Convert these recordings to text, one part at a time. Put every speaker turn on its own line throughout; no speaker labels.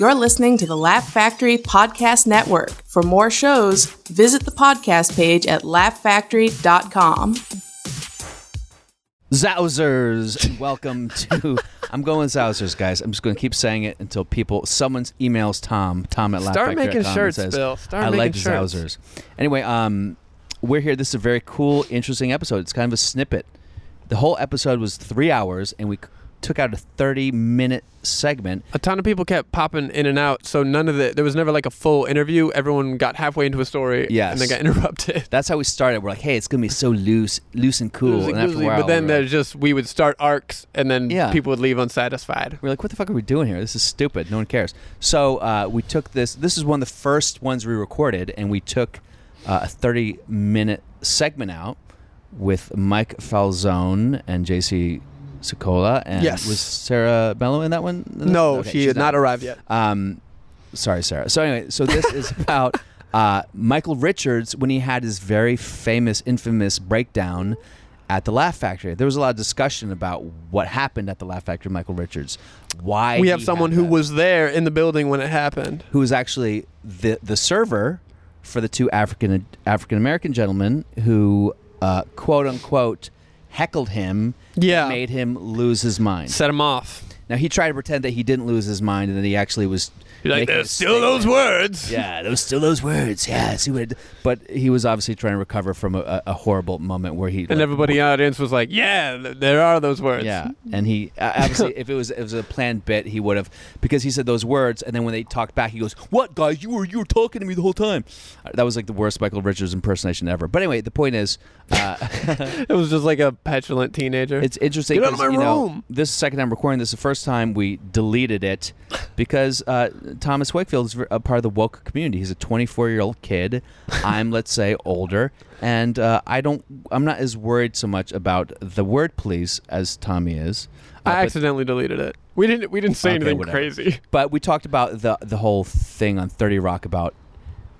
You're listening to the Laugh Factory Podcast Network. For more shows, visit the podcast page at laughfactory.com.
Zousers, and welcome to. I'm going Zousers, guys. I'm just going to keep saying it until people, someone's emails Tom, Tom at
Start making
laughfactory.com and
shirts,
says,
Bill. Start
I
making
like
shirts."
Zousers. Anyway, um, we're here. This is a very cool, interesting episode. It's kind of a snippet. The whole episode was three hours, and we c- took out a 30 minute segment.
a ton of people kept popping in and out, so none of the there was never like a full interview. Everyone got halfway into a story,
Yes.
and then got interrupted.
That's how we started. We're like, hey, it's going to be so loose, loose and cool.
Loosey
and after a
goosey,
while,
but then
we're
there's
like,
just we would start arcs, and then
Yeah.
people would leave unsatisfied.
We're like, what the fuck are we doing here? This is stupid. No one cares. So uh, we took this. This is one of the first ones we recorded, and we took uh, a 30 minute segment out with Mike Falzone and JC Sokola. And
Yes.
was Sarah Mello in that one?
No,
Okay,
she
she's
had not arrived yet.
Um, sorry, Sarah. So anyway, so this is about uh, Michael Richards when he had his very famous, infamous breakdown at the Laugh Factory. There was a lot of discussion about what happened at the Laugh Factory. with Michael Richards. Why
We
he
have
had
someone who
that.
was there in the building when it happened.
who was actually the the server for the two African African American gentlemen who uh, quote unquote heckled him. and
Yeah.
made him lose his mind.
Set him off.
Now he tried to pretend that he didn't lose his mind, and that he actually was.
You're like,
making a
there's still those
statement."
words.
Yeah, those still those words. Yeah, see what. I did." But he was obviously trying to recover from a- a, a horrible moment where he.
And
like,
everybody in the audience was like, yeah, th- there are those words.
yeah, and he uh, obviously, if it was if it was a planned bit, he would have because he said those words, and then when they talked back, he goes, "What guys? You were you were talking to me the whole time." Uh, That was like the worst Michael Richards impersonation ever. But anyway, the point is, uh,
It was just like a petulant teenager.
it's interesting.
Get out of
'cause,
my
you know,
room.
this is the second time recording. This is the first time we deleted it because uh, Thomas Wakefield is ver- a part of the woke community. He's a 24 year old kid. I'm, let's say, older, and uh, I don't. I'm not as worried so much about the word "please" as Tommy is. Uh,
I
but-
accidentally deleted it. We didn't we didn't say
Okay,
anything
whatever.
crazy.
But we talked about the the whole thing on Thirty Rock about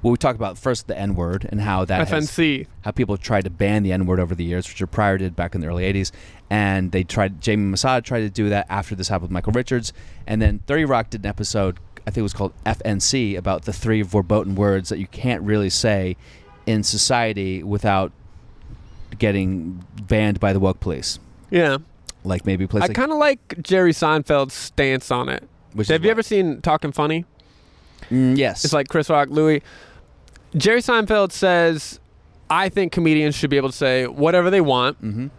well, we talked about first the N word and how that has-
FNC.
how people tried to ban the N word over the years, which your prior did back in the early '80s, and they tried Jamie Masad tried to do that after this happened with Michael Richards, and then Thirty Rock did an episode I think it was called FNC about the three verboten words that you can't really say in society without getting banned by the woke police,
Yeah.
like maybe places.
I kind of like Jerry Seinfeld's stance on it.
Which
Have
is
you
what?
ever seen Talking Funny?
Mm, yes,
It's like Chris Rock, Louis. Jerry Seinfeld says, "I think comedians should be able to say whatever they want,
Mhm.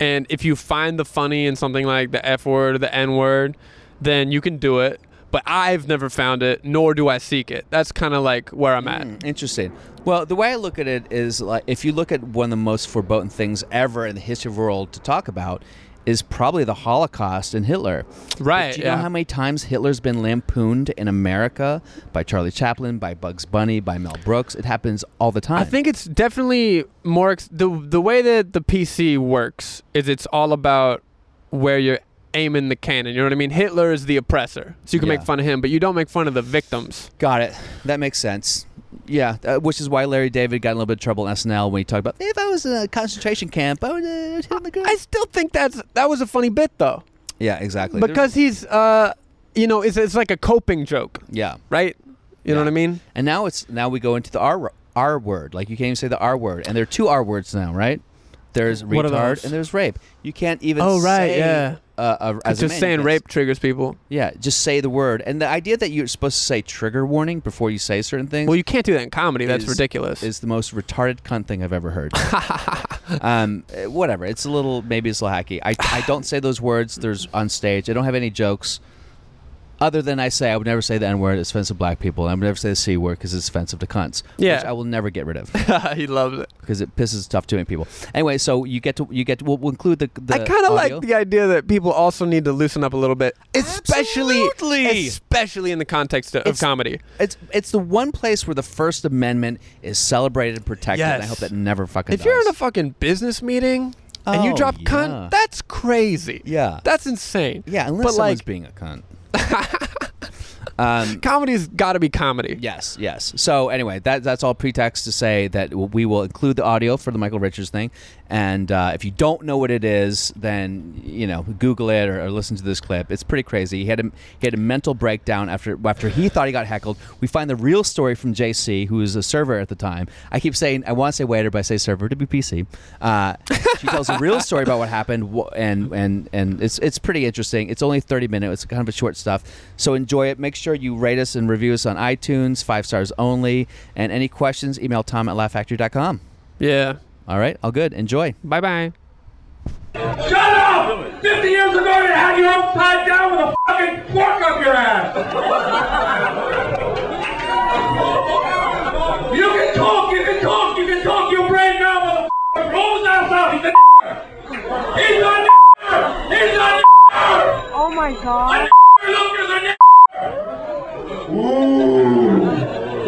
and if you find the funny in something like the F word or the N word, then you can do it." But I've never found it, nor do I seek it. That's kind of like where I'm at.
Mm, interesting. Well, the way I look at it is like if you look at one of the most foreboding things ever in the history of the world to talk about is probably the Holocaust and Hitler.
Right,
Do you
yeah.
know how many times Hitler's been lampooned in America by Charlie Chaplin, by Bugs Bunny, by Mel Brooks? It happens all the time.
I think it's definitely more ex- the the way that the PC works is it's all about where you're aiming the cannon. You know what I mean? Hitler is the oppressor, so you can
Yeah.
make fun of him, but you don't make fun of the victims.
Got it. That makes sense. Yeah, uh, which is why Larry David got in a little bit of trouble in SNL when he talked about if I was in a concentration camp, I would uh, hit on the ground.
I still think that's that was a funny bit though,
yeah, exactly.
because he's uh, you know, it's it's like a coping joke,
yeah.
right? You know
Yeah.
what I mean?
And now it's now we go into the R R word. Like you can't even say the R word, and there are two R words now, right? There's
What are
retard
those?
and there's rape. You can't even.
Oh, right,
say,
yeah.
Uh, uh, as a
Just
man, you
saying
can't-
rape triggers people.
Yeah, just say the word. And the idea that you're supposed to say trigger warning before you say certain things
Well, you can't do that in comedy. That's
Is-
ridiculous.
is the most retarded cunt thing I've ever heard. um, eh, whatever. It's a little maybe it's a little hacky. I I don't say those words. There's on stage. I don't have any jokes. Other than I say, I would never say the N word. It's offensive to black people. And I would never say the C word because it's offensive to cunts.
Yeah.
Which I will never get rid of.
he loves it.
because it pisses off too many people. Anyway, so you get to you get to, we'll, we'll include the. the
I kind of
audio.
like the idea that people also need to loosen up a little bit, especially
Absolutely.
especially in the context of, of
It's-
comedy.
It's it's the one place where the First Amendment is celebrated and protected. And I
Yes.
hope that never fucking.
If you're
does.
in a fucking business meeting and
Oh,
you drop
yeah.
cunt, that's crazy.
Yeah.
that's insane.
yeah, unless
but
someone's
like
being a cunt. Um,
Comedy's got to be comedy.
Yes, yes. So anyway, that that's all pretext to say that we will include the audio for the Michael Richards thing, and uh, if you don't know what it is, then you know Google it or, or listen to this clip. It's pretty crazy. He had a he had a mental breakdown after after he thought he got heckled. We find the real story from JC, who was a server at the time. I keep saying I want to say waiter, but I say server to be PC. Uh, she tells a real story about what happened, wh- and and and it's it's pretty interesting. It's only thirty minutes. It's kind of a short stuff. So enjoy it. Make sure you rate us and review us on iTunes, five stars only. And any questions, email Tom at laughfactory.com.
Yeah.
All right, all good. Enjoy.
Bye bye.
Shut up! 50 years ago, you had your own tied down with a fucking fork up your ass! you can talk, you can talk, you can talk your brain now, motherfucker! Rolls outside, he's a He's a He's a
Oh my god.
A look is a Ooh!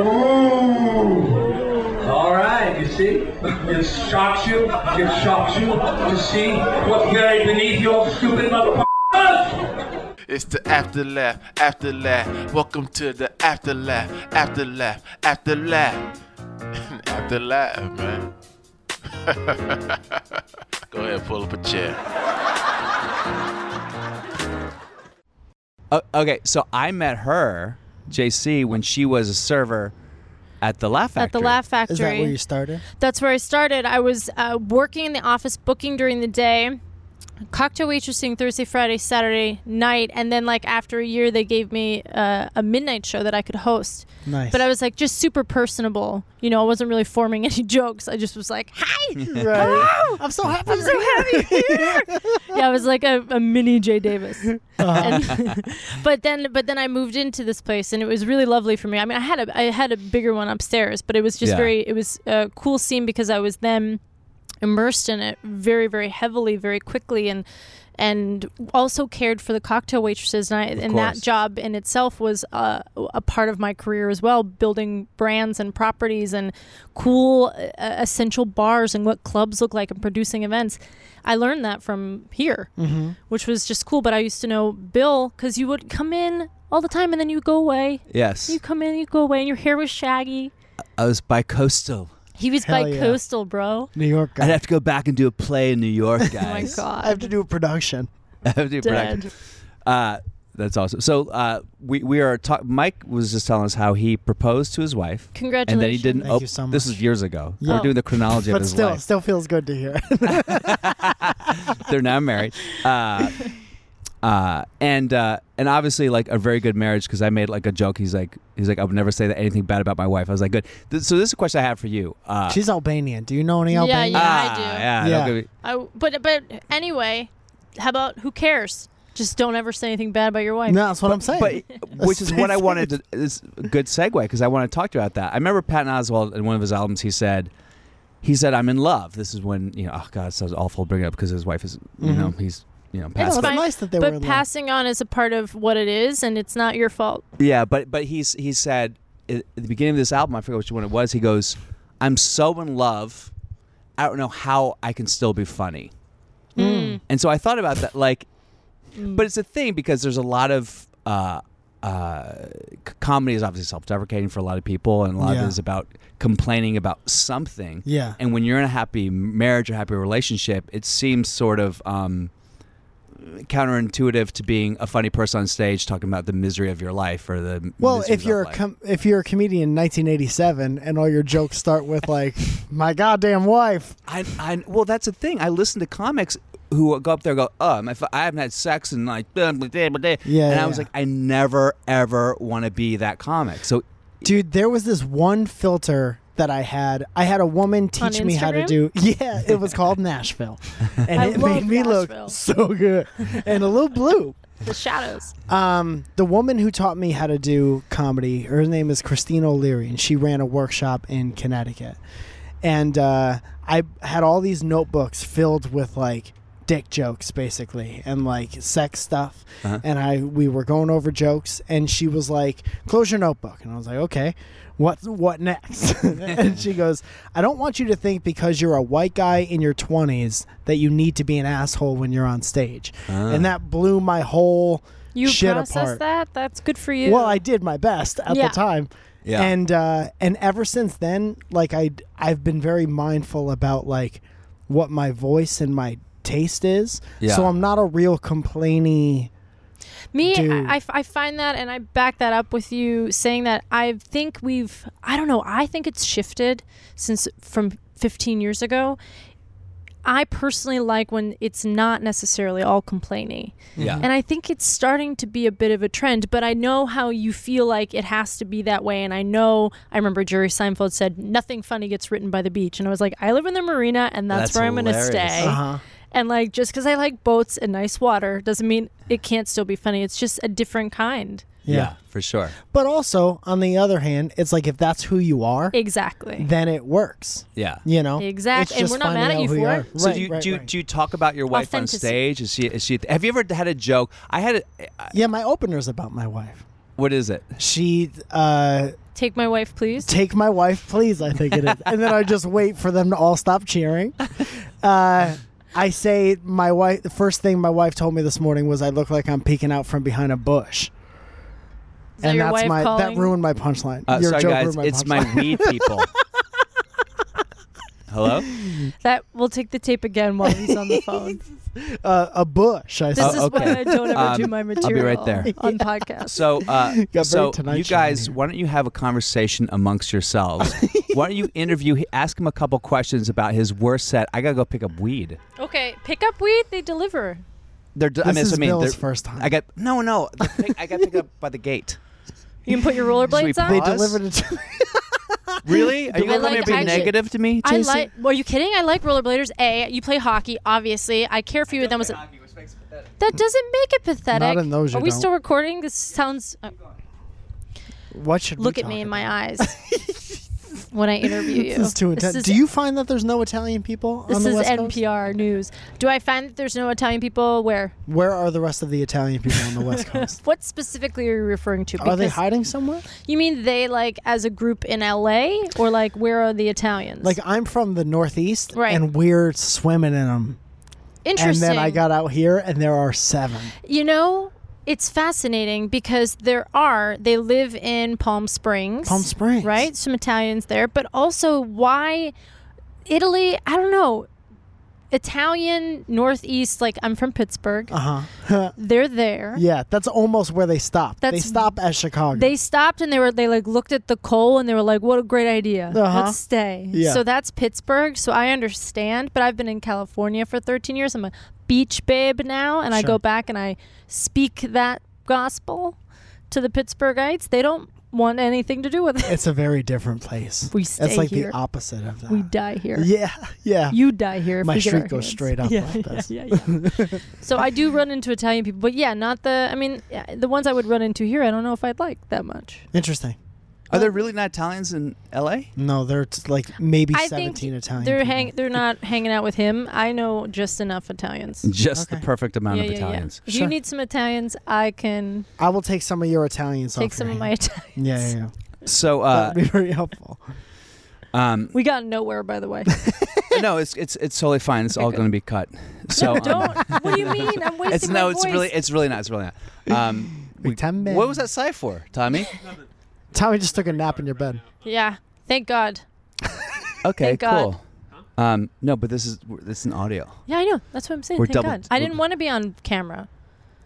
Ooh! All right, you see? It shocks you. It shocks you to see what's buried beneath your stupid motherfucker.
It's the after laugh, after laugh. Welcome to the after laugh, after laugh, after laugh, after laugh, man. Go ahead, pull up a chair.
O- okay, so I met her, JC, when she was a server at the Laugh Factory.
At the Laugh Factory.
Is that where you started?
That's where I started. I was uh, working in the office, booking during the day, cocktail waitressing Thursday, Friday, Saturday night, and then like after a year, they gave me uh, a midnight show that I could host.
Nice.
But I was like just super personable. You know, I wasn't really forming any jokes. I just was like, "Hi, hello."
I'm so happy.
"Oh, I'm so happy here. yeah, I was like a, a mini Jay Davis.
Uh-huh.
And- but then, but then I moved into this place, and it was really lovely for me. I mean, I had a I had a bigger one upstairs, but it was just
Yeah.
very it was a cool scene because I was then immersed in it very very heavily, very quickly, and and also cared for the cocktail waitresses. And, I, and that
course.
job in itself was uh, a part of my career as well, building brands and properties and cool uh, essential bars and what clubs look like and producing events. I learned that from here, which was just cool. But I used to know Bill because you would come in all the time and then you would go away.
Yes.
You come in, you go away, and your hair was shaggy.
I was by coastal.
He was
Hell
by
yeah.
coastal, bro.
New York guy.
to go back and do a play in New York, guys.
Oh my god.
I have to do a production.
I have to do a production.
Dead.
Uh, that's awesome. So uh, we we are ta- Mike was just telling us how he proposed to his wife. And then he
Congratulations.
didn't.
Thank
op-
you so
This
much.
is years ago.
Yeah.
We're doing the chronology of
But
his
still,
life.
still feels good to hear.
They're now married. Uh, uh, and uh, and obviously like a very good marriage because I made like a joke. He's like he's like I would never say that anything bad about my wife. I was like good. Th- so this is a question I have for you. Uh,
She's Albanian. Do you know any
Yeah,
Albanian?
yeah. I
ah,
do.
Yeah.
Yeah.
don't give me-
I, but but anyway, how about who cares? Just don't ever say anything bad about your wife.
No, that's what I'm saying.
But which is what I wanted to. It's a good segue because I want to talk to you about that. I remember Patton Oswald in one of his albums. He said, he said, "I'm in love." This is when you know. Oh God, it sounds awful. to Bring it up because his wife is. You know,
Mm-hmm.
he's you know
know,
passed.
but
away.
Fine,
nice that they
but
were in love.
passing on is a part of what it is, and it's not your fault.
Yeah, but but he's he said at the beginning of this album. I forget which one it was. He goes, "I'm so in love. I don't know how I can still be funny."
Hmm.
And so I thought about that, like, but it's a thing because there's a lot of uh, uh, c- comedy is obviously self-deprecating for a lot of people, and a lot of
Yeah.
it is about complaining about something.
Yeah.
And when you're in a happy marriage or happy relationship, it seems sort of um, counterintuitive to being a funny person on stage talking about the misery of your life or the
Well,
miseries
if
of
you're a
life.
com- if you're a comedian in 1987 and all your jokes start with like, "My goddamn wife,"
I, I well, that's the thing. I listen to comics who go up there and go, "Oh, my, f- I haven't had sex and like, blah, blah, blah, blah, blah."
Yeah,
and I
yeah,
was
yeah.
like, I never ever want to be that comic. So
dude, there was this one filter that I had. I had a woman teach me how to
Instagram?
do. Yeah, it was called Nashville, and
I
it
love
made me
Nashville.
look so good and a little blue.
The shadows.
Um, the woman who taught me how to do comedy, her name is Christine O'Leary, and she ran a workshop in Connecticut. And uh, I had all these notebooks filled with like dick jokes, basically, and like sex stuff. And I we were going over jokes, and she was like, "Close your notebook," and I was like, "Okay." What what next? and she goes, "I don't want you to think because you're a white guy in your 20s that you need to be an asshole when you're on stage." And that blew my whole
You
shit
process
apart.
that? That's good for you.
Well, I did my best at
Yeah.
the time.
Yeah.
And uh, and ever since then, like I I've been very mindful about like what my voice and my taste is.
Yeah.
So I'm not a real complainy.
Me,
do.
I, I f- I find that, and I back that up with you saying that I think we've, I don't know, I think it's shifted since from 15 years ago. I personally like when it's not necessarily all complaining.
Yeah.
And I think it's starting to be a bit of a trend, but I know how you feel like it has to be that way. And I know, I remember Jerry Seinfeld said, nothing funny gets written by the beach. And I was like, I live in the marina, and that's,
That's
where I'm going to
hilarious.
stay.
Uh-huh.
And like just because I like boats and nice water doesn't mean it can't still be funny. It's just a different kind.
yeah.
Yeah.
for sure.
But also, on the other hand, it's like if that's who you are,
Exactly.
then it works.
Yeah.
You know.
Exactly. And
It's just
we're not mad at
finding out
you
who
for
are.
it.
So
Right,
do you
right,
do, you
right.
do you talk about your wife on
Authenticity.
stage? Is she is she? Have you ever had a joke? I had a. I-
yeah, my opener's about my wife.
What is it?
She uh,
Take my wife, please.
take my wife, please. I think it is, and then I just wait for them to all stop cheering. Uh, I say my wife. The first thing my wife told me this morning was, "I look like I'm peeking out from behind a bush,"
Is that
and
your
that's
wife
my
calling?
that ruined my punchline.
Uh,
Your
sorry,
joke
guys.
ruined my
it's
punchline.
my weed people. Hello.
That we'll take the tape again while he's on the phone.
uh, a bush. I
This
said.
is
Oh, okay.
why I don't ever do
Um,
my
I'll be
material.
right there.
on podcast.
So, uh,
very
so
Tonight
you
Show in
guys,
here.
why don't you have a conversation amongst yourselves? why don't you interview? Ask him a couple questions about his worst set. I gotta go pick up weed.
okay, pick up weed. They deliver.
They're. I
This
mean, so
is
I mean,
Bill's
they're-
first time.
I got no, no. they're pick- I got picked up by the gate.
You can put your
we
rollerblades on.
they
pause?
delivered it. To
Really? Are you
I
gonna come here
like-
and be
I-
negative to me?
I
Jason?
like. Are you kidding? I like rollerbladers. A. You play hockey, obviously. I care for you. That was. That doesn't make it pathetic.
Not in those you
Are we
don't.
still recording? This sounds. uh,
what should we
look at
talk
me in
about?
my eyes when I interview you.
This is too intense.
This is,
do you find that there's no Italian people
This
on the
is
West Coast?
NPR news. Do I find that there's no Italian people? Where?
Where are the rest of the Italian people on the West Coast?
What specifically are you referring to?
Are they
Because-
hiding somewhere?
You mean they like as a group in LA, or like where are the Italians?
Like I'm from the Northeast,
Right.
and we're swimming in them. And
interesting.
then I got out here, and there are seven.
You know, it's fascinating because there are, they live in Palm Springs.
Palm Springs.
Right? Some Italians there, but also why Italy? I don't know. Italian, Northeast, like I'm from Pittsburgh.
Uh huh.
They're there.
yeah, that's almost where they stop. They
That's-
stop at Chicago.
They stopped and they were they like looked at the coal and they were like, "What a great idea!
Uh-huh.
Let's stay."
Yeah.
So that's Pittsburgh. So I understand, but I've been in California for 13 years. I'm a beach babe now, and I
Sure.
go back and I speak that gospel to the Pittsburghites. They don't want anything to do with it.
it's a very different place.
We
it's
stay
like
here.
the opposite of that.
We die here.
Yeah, yeah.
You die here. if
My
we get
street
our
goes
hands.
straight up
Yeah,
like this.
yeah, yeah, yeah. so I do run into Italian people, but yeah, not the. I mean, yeah, the ones I would run into here, I don't know if I'd like that much.
Interesting.
Are there really not Italians in L.A.?
No, they're t- like maybe
I think
seventeen Italian.
They're
people.
hang. They're not hanging out with him. I know just enough Italians.
Just the
Okay.
perfect amount
yeah,
of
yeah, yeah.
Italians.
If
Sure.
you need some Italians, I can
I will take some of your Italians.
take
off
some
your
of my
hand.
Italians.
Yeah, yeah, yeah.
So, uh,
That'd be very helpful.
um,
We got nowhere, by the way.
no, it's it's it's totally fine. It's all
good.
going to be cut. So um,
Don't. what do you mean? I'm wasting
it's
my
no, it's
voice.
really it's really not. It's really not. Um, we-
Ten
what was that sigh for, Tommy?
Tommy just took a nap in your bed.
Yeah. Thank God.
Okay,
Thank God.
cool. Um, no, but this is this is an audio.
Yeah, I know. That's what I'm saying.
We're
Thank
double-
God. I didn't want to be on camera.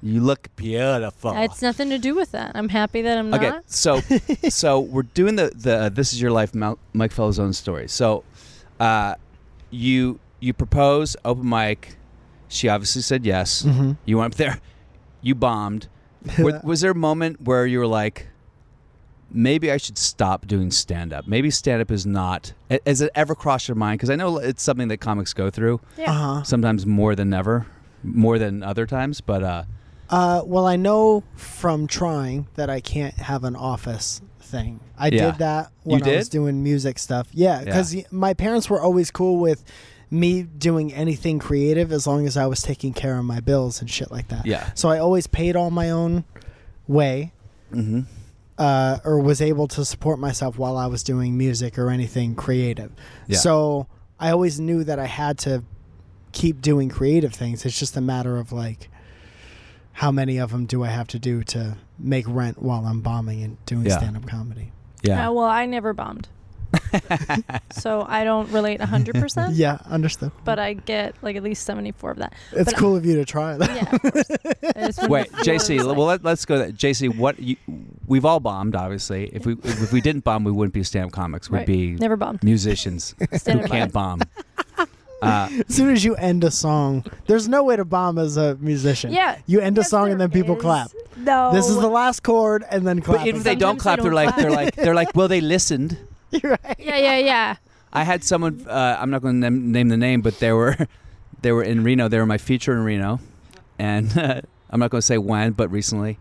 You look beautiful.
It's nothing to do with that. I'm happy that I'm
Oh. Okay,
not.
so so we're doing the the uh, this is your life Mal- Mike Felzone story. So, uh, you you propose open mic. She obviously said yes. You went up there. You bombed. was, was there a moment where you were like, maybe I should stop doing stand up? Maybe stand up is not. a- Has it ever crossed your mind? Because I know it's something that comics go through.
Yeah.
Uh-huh.
Sometimes more than ever, more than other times. But uh,
Uh, well, I know from trying that I can't have an office thing. I
Yeah.
did that
You
when I was
did?
doing music stuff. Yeah,
Yeah.
because my parents were always cool with me doing anything creative as long as I was taking care of my bills and shit like that.
Yeah.
So I always paid all my own way.
Mhm.
Uh, or was able to support myself while I was doing music or anything creative.
Yeah.
So I always knew that I had to keep doing creative things. It's just a matter of like how many of them do I have to do to make rent while I'm bombing and doing
Yeah.
stand up comedy?
Yeah.
Uh, well, I never bombed. so I don't relate 100%,
Yeah, understood.
but I get like at least 74 of that.
It's
but
cool of you to try it.
Yeah, of course. I just wanted
Wait,
to see what it
JC.
was
l-
like.
Well, let, let's go. That JC. What you, we've all bombed, obviously. If we if we didn't bomb, we wouldn't be stand-up comics. We'd
Right.
be
Never bombed.
musicians who
Stand-up
can't
comics.
bomb. Uh,
as soon as you end a song, there's no way to bomb as a musician.
Yeah.
You end a
Yes,
song and
there
then people
is. Oh.
clap.
No.
This is the last chord and then clap.
but if they don't
Sometimes they
clap, they're
don't
like they're
clap.
like they're like. Well, they listened.
Yeah, yeah, yeah.
I had someone. Uh, I'm not going to name, name the name, but they were, they were in Reno. They were my feature in Reno, and I'm not going to say when, but recently,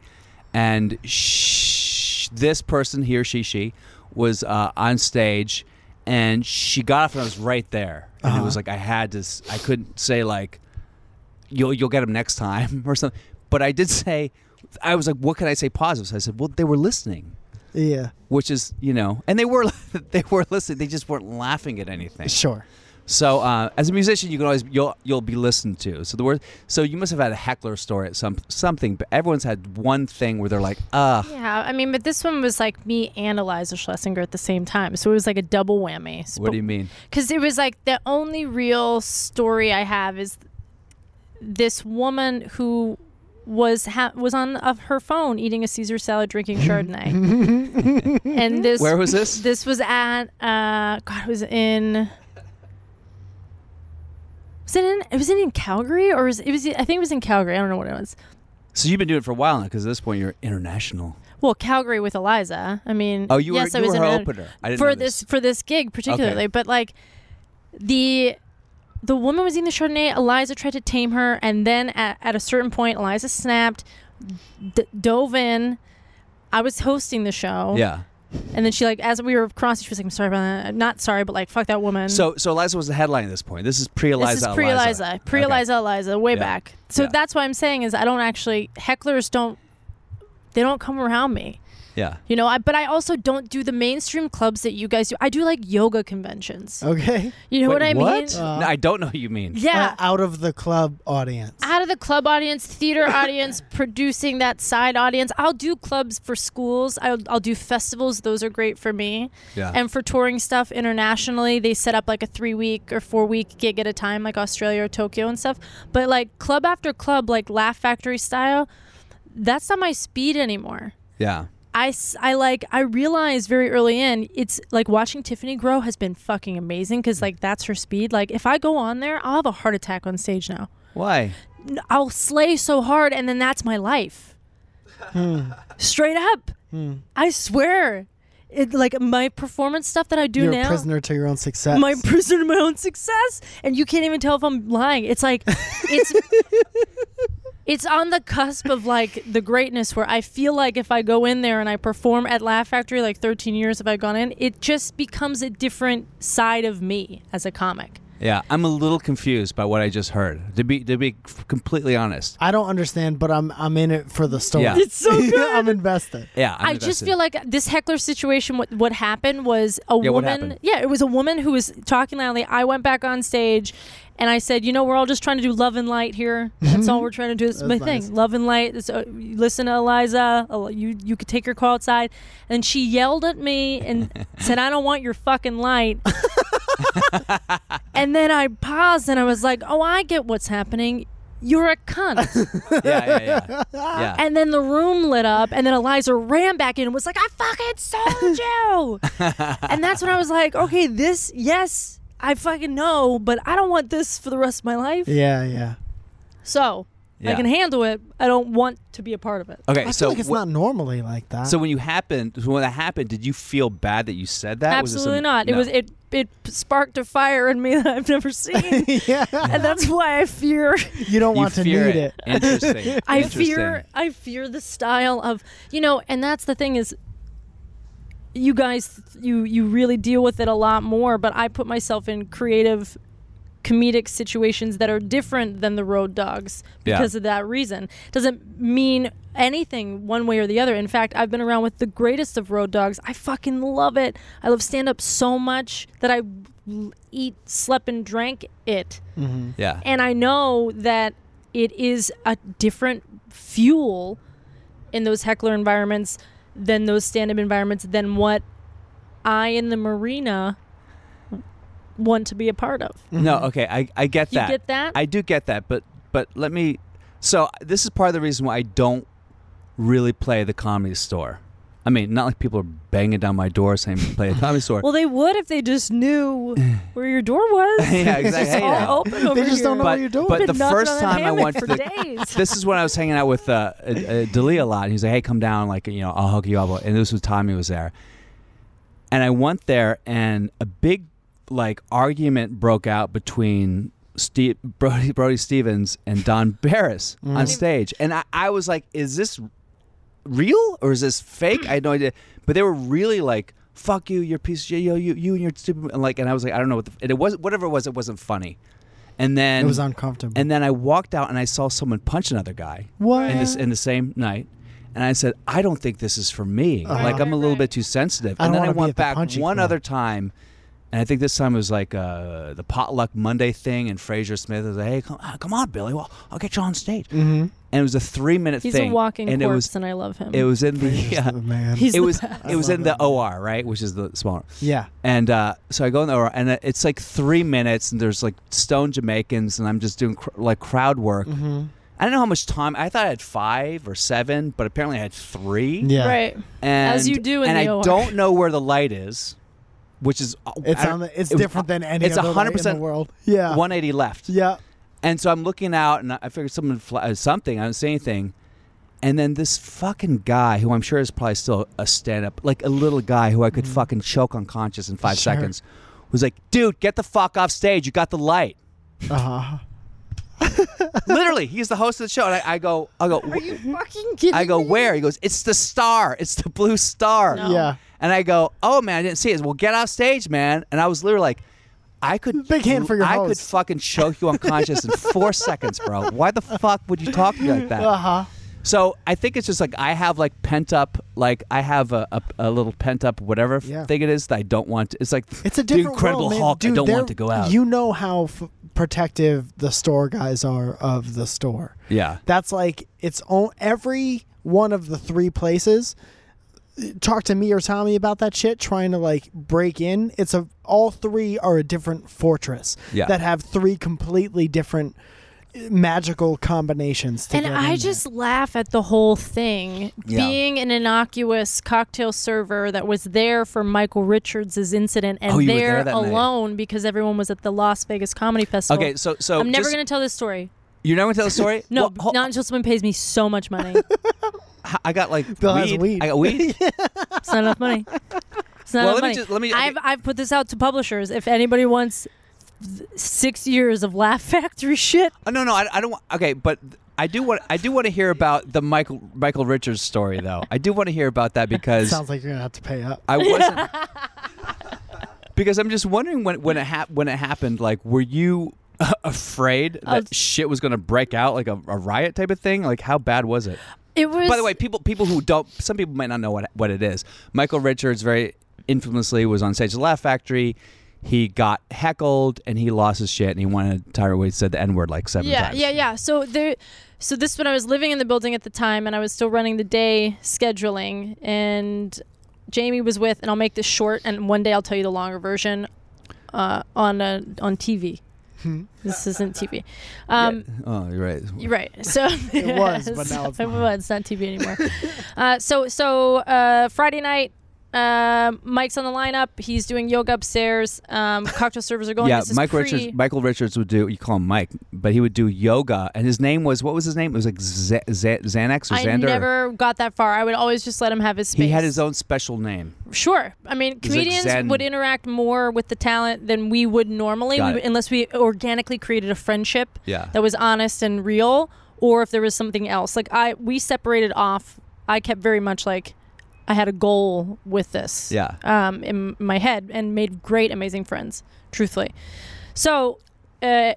and sh- this person, he or she, she, was uh, on stage, and she got off, and I was right there, and it was like I had to. s- I couldn't say like, you'll you'll get them next time or something. But I did say, I was like, what can I say positive? So I said, well, they were listening.
yeah,
Which is, you know, and they were they were listening. They just weren't laughing at anything.
sure.
So uh, as a musician, you can always you'll you'll be listened to. So the word so you must have had a heckler story at some something, but everyone's had one thing where they're like, ah,
Yeah, I mean, but this one was like me and Eliza Schlesinger at the same time. So it was like a double whammy.
what do you mean?
Because it was like the only real story I have is this woman who was ha- was on of her phone eating a Caesar salad, drinking Chardonnay, and this
Where was this?
this was at uh, God, it was in. Was it in? It was in, in Calgary, or was it was? I think it was in Calgary. I don't know what it was.
So you've been doing it for a while now, because at this point you're international.
Well, Calgary with Eliza. I mean,
Oh, you were-
yes, I
you
was
were
in
her
an-
opener. I didn't
for
know
this.
this.
for this gig particularly, but like the the woman was eating the Chardonnay. Eliza tried to tame her, and then at, at a certain point, Eliza snapped, d- dove in. I was hosting the show,
Yeah.
and then she like as we were crossing, she was like, "I'm sorry about that. I'm not sorry, but like, fuck that woman."
So so Eliza was the headline at this point. This is pre Eliza.
Mm-hmm. This is pre Eliza, pre Eliza, Eliza, way
Yeah.
back. So
Yeah.
that's why I'm saying is I don't actually hecklers don't they don't come around me.
Yeah.
You know, I, but I also don't do the mainstream clubs that you guys do. I do like yoga conventions.
Okay.
You know
Wait,
what I
what?
mean?
No, I don't know what you mean.
yeah.
Uh, out of the club audience.
out of the club audience, theater audience, producing that side audience. I'll do clubs for schools. I'll, I'll do festivals. Those are great for me.
Yeah.
And for touring stuff internationally, they set up like a three week or four week gig at a time, like Australia or Tokyo and stuff. But like club after club, like Laugh Factory style, that's not my speed anymore.
Yeah.
I, s- I like I realized very early in it's like watching Tiffany grow has been fucking amazing because like that's her speed. Like if I go on there, I'll have a heart attack on stage now.
Why?
N- I'll slay so hard and then that's my life.
Hmm.
Straight up, I swear, it like my performance stuff that I do
You're
now.
a prisoner to your own success.
My prisoner to my own success, and you can't even tell if I'm lying. It's like, it's it's on the cusp of like the greatness where I feel like if I go in there and I perform at Laugh Factory like 13 years have I gone in, it just becomes a different side of me as a comic.
Yeah. I'm a little confused by what I just heard. To be to be completely honest.
I don't understand, but I'm I'm in it for the story.
Yeah. It's
so good.
I'm invested.
Yeah. I'm
i just
invested.
feel like this heckler situation. What what happened was a
Yeah, what happened?
woman. Yeah, it was a woman who was talking loudly. I went back on stage, and I said, "You know, we're all just trying to do love and light here. That's
Mm-hmm.
all we're trying to do. It's my
That's nice.
thing. Love and light. It's, uh, you listen to Eliza. uh, You you could take your call outside." And she yelled at me and said, "I don't want your fucking light." and then I paused and I was like, "Oh, I get what's happening." You're a cunt.
Yeah. Yeah. Yeah. yeah.
And then the room lit up, and then Eliza ran back in and was like, I fucking sold you. and that's when I was like, okay, this, yes, I fucking know, but I don't want this for the rest of my life.
Yeah, yeah.
So
Yeah.
I can handle it. I don't want to be a part of it.
okay.
I
so
feel like it's
wh-
not normally like that.
So when you happened, so when that happened, did you feel bad that you said that? Was this
Absolutely
some-
not. It
no.
was it it sparked a fire in me that I've never seen.
yeah,
and that's why I fear
you don't
You
want to
fear
need
it.
it.
Interesting.
I
Interesting.
fear I fear the style of you know, and that's the thing is you guys you you really deal with it a lot more, but I put myself in creative comedic situations that are different than the road dogs
Yeah.
because of that reason. Doesn't mean anything one way or the other. In fact, I've been around with the greatest of road dogs. I fucking love it. I love stand up so much that I l- eat, slept and drank it
Yeah.
and I know that it is a different fuel in those heckler environments than those stand-up environments than what I in the marina want to be a part of.
No, okay, I, I get
You
that.
get that?
I do get that, but but let me. So this is part of the reason why I don't really play the comedy store. I mean, not like people are banging down my door saying play a comedy store.
Well, they would if they just knew where your door was.
yeah,
It's
exactly.
just
Hey, now.
all open over
They just don't know
here.
what you're doing.
But
Been
the
knocking
first
on that
time I
hammock
went to
for
the,
days.
this is when I was hanging out with uh, uh, uh, Dalia a lot. And he's like, "Hey, come down, like you know, I'll hook you up." And this was Tommy was there, and I went there, and a big like argument broke out between Steve Brody, Brody Stevens and Don Barris
Mm.
on stage, and I, I was like, "Is this real or is this fake?" I had no idea, but they were really like. Fuck you, you're a piece of shit, yo, you, you and your stupid, and like, and I was like, I don't know what, the, and it was whatever it was, it wasn't funny, and then
It was uncomfortable.
and then I walked out and I saw someone punch another guy.
What?
In, this, in the same night. And I said, I don't think this is for me. Like, I'm a little bit too sensitive.
Uh-huh. I
and
don't
then I
wanna be
went
at the
back
punching
one
club.
other time. And I think this time it was like uh, the potluck Monday thing. And Fraser Smith was like, hey, come, ah, come on, Billy. Well, I'll get you on stage. Mm-hmm. And it was a three minute
He's
thing.
a walking
and
corpse,
it was,
and I love him.
it was in the. yeah.
Oh, man.
He's
it
the
was
best.
it was in the OR, right, which is the smaller.
Yeah.
And uh, so I go in the OR, and it's like three minutes, and there's like stone Jamaicans, and I'm just doing cr- like crowd work.
Mm-hmm.
I don't know how much time. I thought I had five or seven, but apparently I had three.
yeah.
right.
And,
As you do in
and
the
I
OR.
don't know where the light is, which is uh,
It's
I don't-
on the, it's
it-
different than any
It's
other light in the
100%
world. Yeah.
180 left.
yeah.
And so I'm looking out, and I figured someone fly, uh, something. I don't see anything. And then this fucking guy, who I'm sure is probably still a stand-up, like a little guy who I could fucking choke unconscious in five
Mm-hmm. Sure.
seconds, was like, "Dude, get the fuck off stage. You got the light."
Uh-huh.
Literally, he's the host of the show, and I, I go, I go,
Are you fucking kidding
I go,
me?
where? He goes, it's the star. It's the blue star.
No.
Yeah.
And I go, oh man, I didn't see it. Well, get off stage, man. And I was literally like, I could
Big hand for your
I could
host.
fucking choke you unconscious in four seconds, bro. Why the fuck would you talk to me like that?
Uh-huh.
So I think it's just like I have like pent up, like I have a, a, a little pent up whatever
Yeah.
thing it is that I don't want. To, it's like
It's a
the
different
Incredible
world, man.
Hulk.
Dude,
I don't
they're-
want to go out.
You know how f- protective the store guys are of the store.
yeah.
That's like it's on every one of the three places. Talk to me or Tommy about that shit. Trying to like break in. It's a all three are a different fortress
Yeah.
that have three completely different uh, magical combinations. To
And
get
I
in
just laugh at the whole thing.
Yeah.
Being an innocuous cocktail server that was there for Michael Richards' incident and
Oh, you were
there,
there that night.
alone because everyone was at the Las Vegas Comedy Festival.
Okay, so- so
I'm never
just-
gonna tell this story.
You're not going to tell the story?
No,
Well, hol-
not until someone pays me so much money.
I got like
Bill has
weed.
weed.
I got weed.
It's not enough money. It's not
Well, let
enough
me
money.
just- let me- okay.
I've I've put this out to publishers. If anybody wants th- six years of Laugh Factory shit,
Oh, no, no, I, I don't. Want, okay, but I do want. I do want to hear about the Michael Michael Richards story, though. I do want to hear about that
there.
because
sounds like you're gonna have to pay up.
I wasn't. because I'm just wondering when when it hap- when it happened. Like, were you uh, afraid that
was-
shit was going to break out, like a, a riot type of thing? Like, how bad was it?
it was.
By the way, people people who don't some people might not know what what it is. Michael Richards very infamously was on stage at the Laugh Factory. He got heckled and he lost his shit and he wanted to tire he said the N word like seven
yeah,
times.
Yeah, yeah, So there, so this when I was living in the building at the time, and I was still running the day scheduling, and Jamie was with, and I'll make this short, and one day I'll tell you the longer version, uh, on a, on TV.
Hmm.
this isn't TV. Um,
Oh, you're right.
you're right. So
It was, but now it's
So-
not.
well, it's not TV anymore. uh, so so uh, Friday night. Uh, Mike's on the lineup. He's doing yoga upstairs. Um, cocktail servers are going.
yeah,
This is
Mike
pre-
Richards. Michael Richards would do. You call him Mike, but he would do yoga, and his name was what was his name? It was like Z- Z- Xanax or
I
Xander.
never got that far. I would always just let him have his space.
he had his own special name.
Sure. I
was
mean,
like
comedians
Zen.
would interact more with the talent than we would normally,
Got
we-
it.
unless we organically created a friendship
Yeah.
that was honest and real, or if there was something else. Like I, we separated off. I kept very much like I had a goal with this.
Yeah.
Um, in my head, and made great, amazing friends. Truthfully, so. Uh,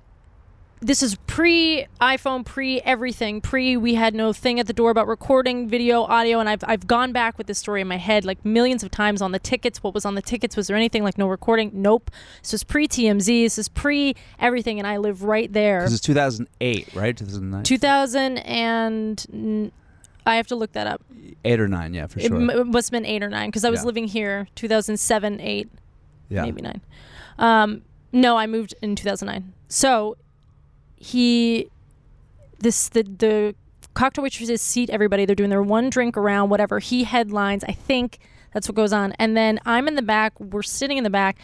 this is pre iPhone, pre everything, pre we had no thing at the door about recording video, audio, and I've, I've gone back with this story in my head like millions of times on the tickets. What was on the tickets? Was there anything like no recording? Nope. This was pre TMZ. This is pre everything, and I live right there.
Because it's 2008, right? 2009?
2000 and n- I have to look that up.
Eight or nine, yeah, for
It,
sure.
m- it must have been eight or nine because I was
Yeah.
living here 2007, eight
yeah.
maybe nine. Um, no, I moved in 2009. So he, this the the cocktail waitresses seat everybody. They're doing their one drink around, whatever. He headlines. I think that's what goes on. And then I'm in the back. We're sitting in the back.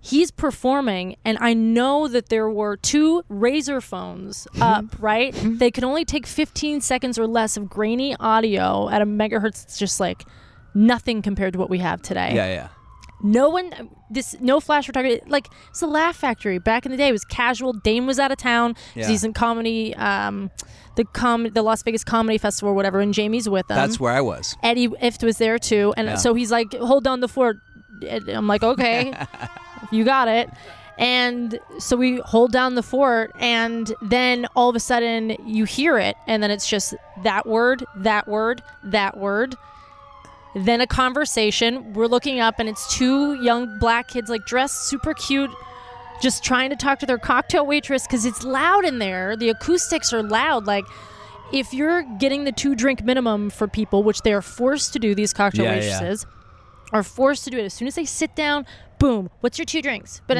He's performing, and I know that there were two razor phones
Mm-hmm.
up, right? They could only take 15 seconds or less of grainy audio at a megahertz. It's just like nothing compared to what we have today.
Yeah, yeah.
No one, this no flash photography. Like it's the Laugh Factory back in the day. It was casual. Dame was out of town. It was
Yeah.
He's in comedy, um, the com, the Las Vegas Comedy Festival or whatever, and Jamie's with them.
That's where I was.
Eddie Ift was there too, and
Yeah.
so he's like, "Hold down the fort." And I'm like, "Okay, you got it." And so we hold down the fort, and then all of a sudden you hear it, and then it's just that word, that word, that word. Then a conversation. We're looking up, and it's two young black kids, like dressed super cute, just trying to talk to their cocktail waitress because it's loud in there. The acoustics are loud. Like, if you're getting the two drink minimum for people, which they are forced to do, these cocktail
Yeah, yeah.
waitresses are forced to do it. As soon as they sit down, boom, what's your two drinks? But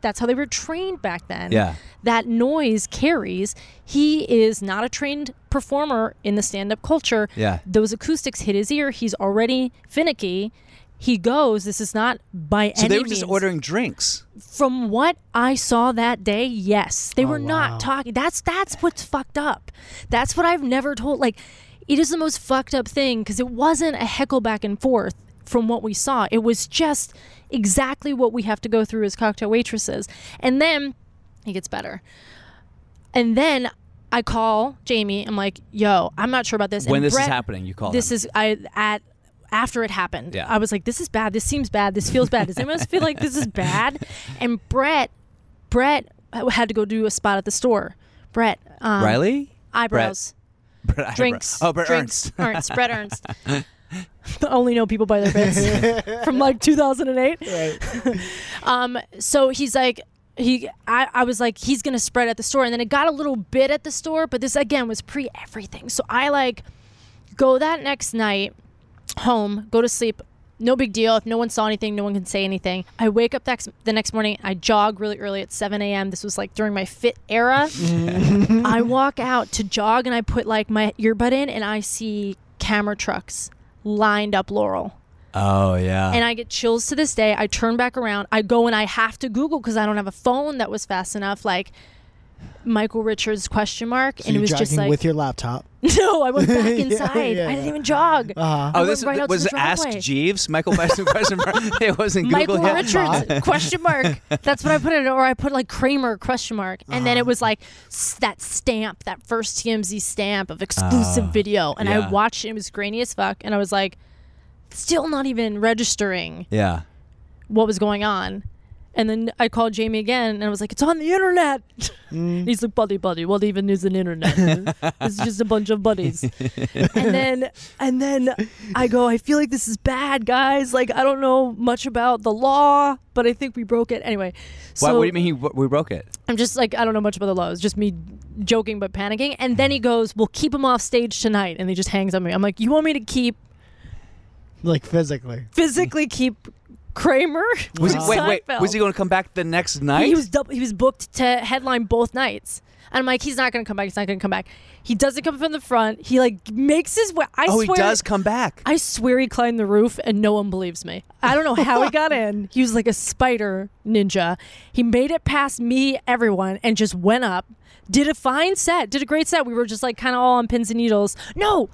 that's how they were trained back then.
Mm-hmm. Yeah.
That noise carries. He is not a trained performer in the stand up culture.
Yeah.
Those acoustics hit his ear. He's already finicky. He goes, this is not by
So
any
they were just
means-
ordering drinks.
from what I saw that day, yes,
Oh,
they were
wow.
not talking. That's that's what's fucked up. That's what I've never told. Like, it is the most fucked up thing because it wasn't a heckle back and forth from what we saw. It was just exactly what we have to go through as cocktail waitresses. And then it gets better. And then I call Jamie. I'm like, "Yo, I'm not sure about this."
When
And
this is
Brett-
happening, you call
this
them.
is I at after it happened.
Yeah.
I was like, this is bad. This seems bad. This feels bad. Does anyone else feel like this is bad? And Brett, Brett had to go do a spot at the store. Brett, um,
Riley?
eyebrows,
Brett Eyebrow-
drinks,
Oh, Brett
drinks,
Ernst.
Ernst, Brett Ernst. I only know people by their bits from like 2008. um, so he's like, he, I, I was like, he's gonna spread at the store, and then it got a little bit at the store, but this again was pre everything. So I like go that next night home, go to sleep. No big deal. If no one saw anything, no one can say anything. I wake up that, the next morning. I jog really early at 7 a.m. This was like during my fit era. I walk out to jog and I put like my earbud in and I see camera trucks lined up Laurel.
Oh, yeah.
And I get chills to this day. I turn back around. I go and I have to Google because I don't have a phone that was fast enough. Like Michael Richards question mark.
So
and it
you're
was
jogging
just like
with your laptop.
No, I went back inside.
yeah,
I didn't
yeah.
even jog.
Uh-huh.
I
oh,
went
this
right out to
was
the
Ask
driveway.
Jeeves. Michael Bison question mark. It wasn't Google.
Michael
yeah.
Richards question mark. That's what I put it, or I put like Kramer question mark, and then it
Uh-huh.
was like s- that stamp, that first TMZ stamp of exclusive video, and
Ah, yeah.
I watched it. It was grainy as fuck, and I was like, still not even registering
Yeah.
what was going on. And then I called Jamie again, and I was like, "It's on the internet."
Mm.
And he's like, "Buddy, buddy, what even is an internet? it's just a bunch of buddies." and then, and then I go, "I feel like this is bad, guys. Like, I don't know much about the law, but I think we broke it anyway." So
Why, what do you mean he, we broke it?
I'm just like, I don't know much about the law. It's just me joking but panicking. And then he goes, "We'll keep him off stage tonight," and he just hangs on me. I'm like, "You want me to keep
Like physically.
physically keep Kramer?"
Was he,
from
wait, wait.
Seinfeld?
Was he going to come back the next night?
He was double, he was booked to headline both nights. And I'm like, he's not gonna come back. He's not gonna come back. He doesn't come from the front. He like makes his way. I
oh,
swear,
he does come back.
I swear he climbed the roof, and no one believes me. I don't know how he got in. He was like a spider ninja. He made it past me, everyone, and just went up. Did a fine set. Did a great set. We were just like kind of all on pins and needles. No,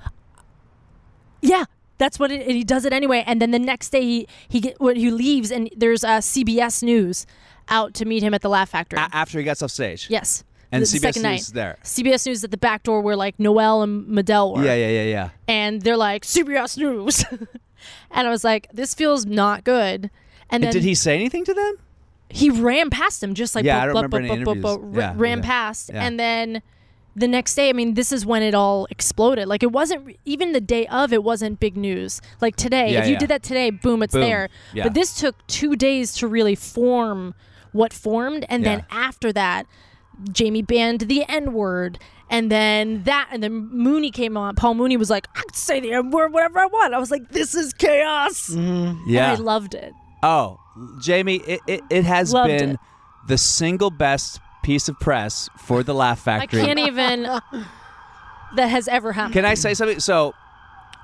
yeah, that's what it, and he does it anyway. And then the next day he he get, when he leaves, and there's uh, CBS News out to meet him at the Laugh Factory.
A- after he gets off stage.
yes,
Ah. And
the, the
CBS
second
News
night.
is there.
CBS News at the back door where like Noel and Madel were,
Yeah, yeah, yeah, yeah.
and they're like CBS News, and I was like, this feels not good. And then Oh,
Did he say anything to them?
he ran past him just like
Yeah, I don't
bop, bop,
remember any
bop, bop,
interviews.
bop,
Yeah,
r- ran
yeah,
past
yeah.
and then the next day i mean this is when it all exploded like it wasn't re- even the day of it wasn't big news like today
Yeah,
if you
yeah.
did that today boom it's
Boom.
there
Yeah.
but this took two days to really form what formed and
Yeah.
then after that jamie banned the n-word and then that and then mooney came on paul mooney was like i can say the n-word whatever i want i was like this is chaos
Mm-hmm. Yeah.
i loved it
Oh, Jamie, it, it, it has
Loved
been
it.
the single best piece of press for the Laugh
I
Factory.
can't even. that has ever happened.
Can I say something? So,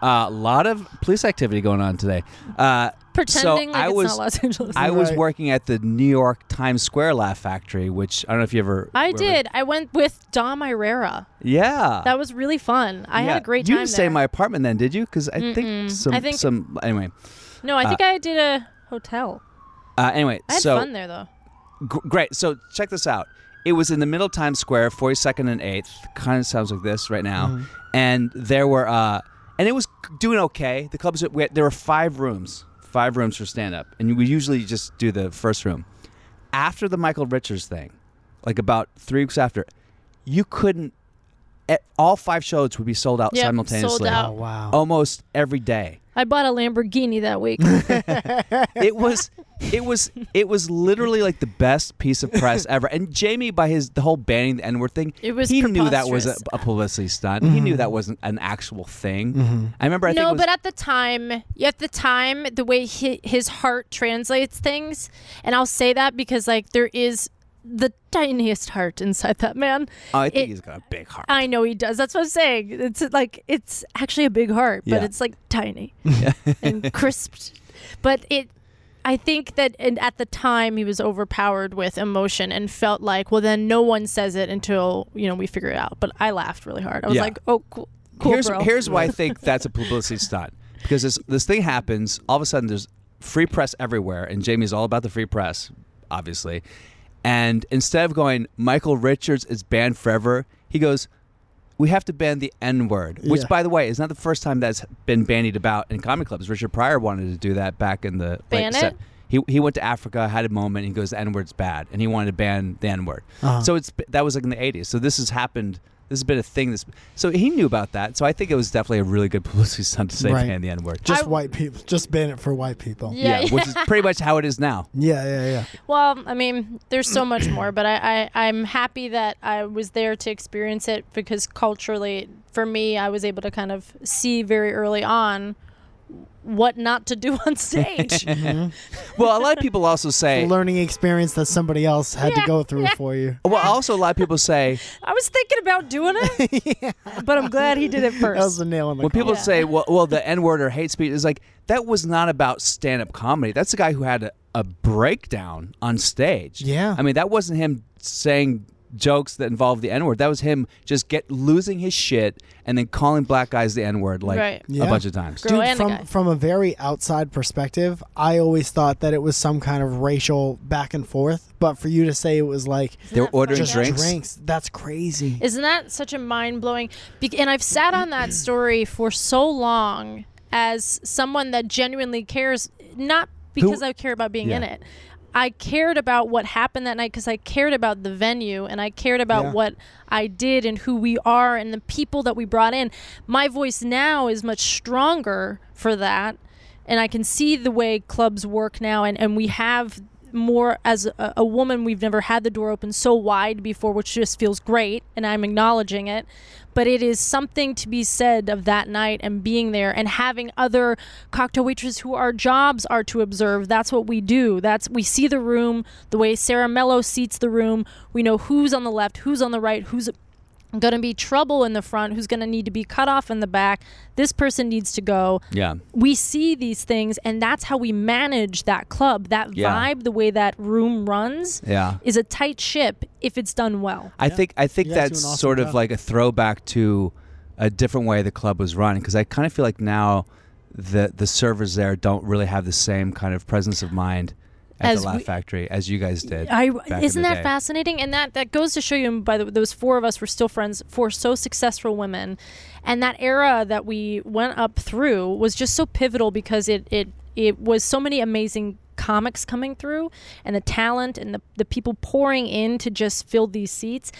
a lot of police activity going on today. Uh,
Pretending
so
like
I
it's
was,
not Los Angeles.
I was
Right.
working at the New York Times Square Laugh Factory, which I don't know if you ever.
I
were-
did. I went with Dom Irera.
Yeah.
That was really fun. I had
Yeah.
a great
You
time.
didn't stay
there.
in my apartment then, did you? Because I think
Mm-mm.
some.
I think-
some anyway.
no, I think I did a hotel.
Uh, anyway,
I had
uh, so
fun there though.
G- great. So check this out. It was in the middle of Times Square, 42nd and 8th. Kind of sounds like this right now. And there were, uh, and it was doing okay. The clubs, we had, there were five rooms, five rooms for stand up. And we usually just do the first room. After the Michael Richards thing, like about three weeks after, you couldn't, at, all five shows would be sold out
Yep,
simultaneously.
sold out.
Oh wow.
Almost every day
I bought a Lamborghini that week.
it was it was it was literally like the best piece of press ever and jamie by his the whole banning the n-word thing
It was
he knew that was a,
preposterous.
a publicity stunt he knew that wasn't an actual thing i remember i think
no,
it was,
but at the time, at the time, the way hi his heart translates things, and I'll say that because like there is the tiniest heart inside that man.
oh, i think
it-
he's got a big heart
I know he does. That's what I'm saying. It's like it's actually a big heart, but
Yeah.
it's like tiny and crisped. But it, I think that and at the time he was overpowered with emotion and felt like, well, then no one says it until you know we figure it out. But I laughed really hard. I was
Yeah.
like, oh, cool, cool,
here's
bro.
here's why i think that's a publicity stunt because this this thing happens all of a sudden there's free press everywhere and jamie's all about the free press obviously and instead of going michael richards is banned forever he goes we have to ban the N word, which,
Yeah.
by the way, is not the first time that's been bandied about in comedy clubs. Richard Pryor wanted to do that back in the
Ban
late
it?
se- He, he went to Africa, had a moment, and he goes, the N word's bad. And he wanted to ban the N word. So it's that was like in the 80s. So this has happened. This has been a thing. This So he knew about that. So I think it was definitely a really good publicity stunt to say
Right.
ban the N word.
Just
I-
white people. Just ban it for white people. Yeah,
yeah, yeah.
Which is pretty much how it is now.
yeah, yeah.
Well, I mean, there's so much more, but I, I, I'm happy that I was there to experience it because culturally, for me, I was able to kind of see very early on what not to do on stage.
Well, a lot of people also
A
say.
learning experience that somebody else had to
Yeah,
go through
yeah.
for you.
Well, also a lot of people say
I was thinking about doing it, but I'm glad he did it
That was
first.
the nail in the
When people
Yeah.
say, well, well, the N word or hate speech is like, that was not about stand up comedy. That's the guy who had a, a breakdown on stage.
Yeah.
I mean, that wasn't him saying jokes that involved the N word. That was him just get losing his shit and then calling black guys the N word like
Right.
a
Yeah.
bunch of times.
Girl
Dude,
and a
from
guy.
from a very outside perspective, I always thought that it was some kind of racial back and forth. But for you to say it was like
They were
that
ordering
just
fucked up?
drinks.
drinks, that's crazy.
Isn't that such a mind blowing? Be- and I've sat on that story for so long as someone that genuinely cares, not because I care about being in
Yeah.
it. I cared about what happened that night because I cared about the venue and I cared about
Yeah.
what I did and who we are and the people that we brought in. My voice now is much stronger for that. And I can see the way clubs work now. And, and we have more, as a, a woman, we've never had the door open so wide before, which just feels great. And I'm acknowledging it. But it is something to be said of that night and being there and having other cocktail waitresses who our jobs are to observe. That's what we do. That's we see the room, the way Sarah Mello seats the room. We know who's on the left, who's on the right, who's going to be trouble in the front, who's going to need to be cut off in the back. This person needs to go.
Yeah.
We see these things, and that's how we manage that club, that
Yeah.
vibe, the way that room runs.
Yeah.
Is a tight ship if it's done well.
I think I think
You guys do
that's
an awesome
sort of
job.
like a throwback to a different way the club was run because I kind of feel like now the the servers there don't really have the same kind of presence of mind at
As
the Laugh
we-
Factory as you guys did.
I
back in the
isn't that
day.
fascinating? And that that goes to show you. and By the way, those four of us were still friends. Four so successful women, and that era that we went up through was just so pivotal because it it it was so many amazing comics coming through and the talent and the, the people pouring in to just fill these seats.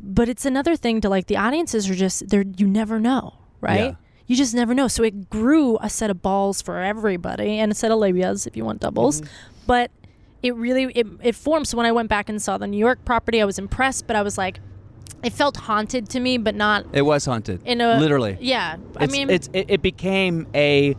But it's another thing to like the audiences are just there. You never know, right?
Yeah.
You just never know. So it grew a set of balls for everybody and a set of labias if you want doubles.
Mm-hmm.
But it really it, it formed. So when I went back and saw the New York property, I was impressed, but I was like, it felt haunted to me, but not
It was haunted.
in a
literally.
Yeah, I
It's,
mean,
it's it, it became a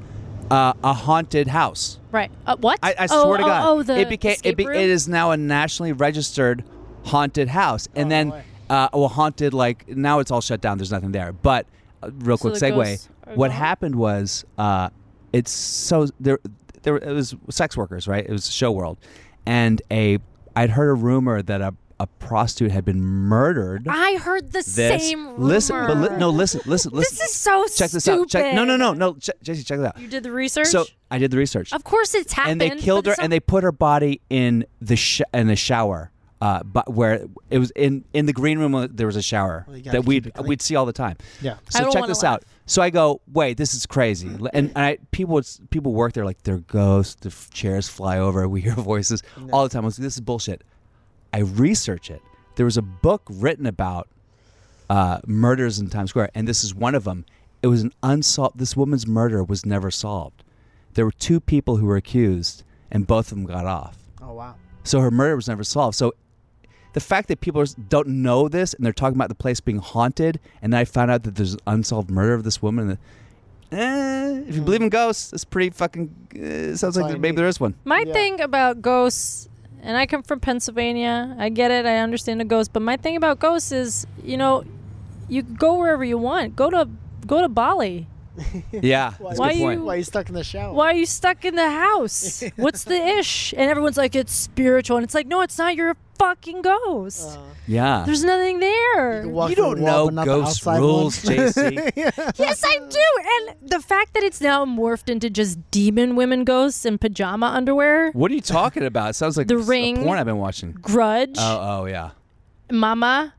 uh, a haunted house.
right. Uh, what?
I, I
oh,
swear to
oh,
God,
Oh, the
it became it,
escape
be,
room?
it is now a nationally registered haunted house, and then uh, well, haunted like now it's all shut down. There's nothing there. But uh, real
So
quick
the
segue,
ghosts are
what
gone?
happened was uh, it's so there there it was sex workers right? It was show world, and a I'd heard a rumor that a a prostitute had been murdered.
I heard the
This-
Ah, same rumor.
listen, but li- no, listen, listen, listen.
This is so
check this out. Check, no, no, no, no, Ch- Jesse, check this out.
You did the research.
So I did the research
of course it's happened.
and they killed
but
her
it's
and
not-
they put her body in the sh- in the shower uh, but where it was in in the green room uh, there was a shower
you gotta
that we'd
keep it clean.
we'd see all the time
Yeah.
I
so
don't
check
wanna
this
laugh.
out so i go wait this is crazy and, and I, people would s- people work there like they're ghosts the f- chairs fly over we hear voices all the time i was like this is bullshit i research it there was a book written about uh, murders in Times Square, and this is one of them. It was an unsolved. This woman's murder was never solved. There were two people who were accused, and both of them got off.
Oh wow.
So her murder was never solved. So the fact that people are- don't know this and they're talking about the place being haunted, and then I found out that there's an unsolved murder of this woman. eh,
Hmm.
if you believe in ghosts, it's pretty fucking. Uh, sounds like
all you
maybe
need.
there is one.
My
Yeah.
thing about ghosts, and I come from Pennsylvania. I get it. I understand a ghost, but my thing about ghosts is, you know, you go wherever you want. Go to go to Bali.
Yeah, that's a
Why
good
you-
point.
Why are you stuck in the shower?
Why are you stuck in the house? What's the ish? And everyone's like, it's spiritual, and it's like, no, it's not. You're a fucking ghost.
Yeah.
There's nothing there.
can walk
you
through a
don't
wall,
know
but not the
ghost
outside
rules,
one.
JC.
Yes, I do. And the fact that it's now morphed into just demon women ghosts in pajama underwear,
What are you talking about? It sounds like
The
s- a
Ring.
porn I've been watching.
grudge,
Oh, oh yeah,
mama.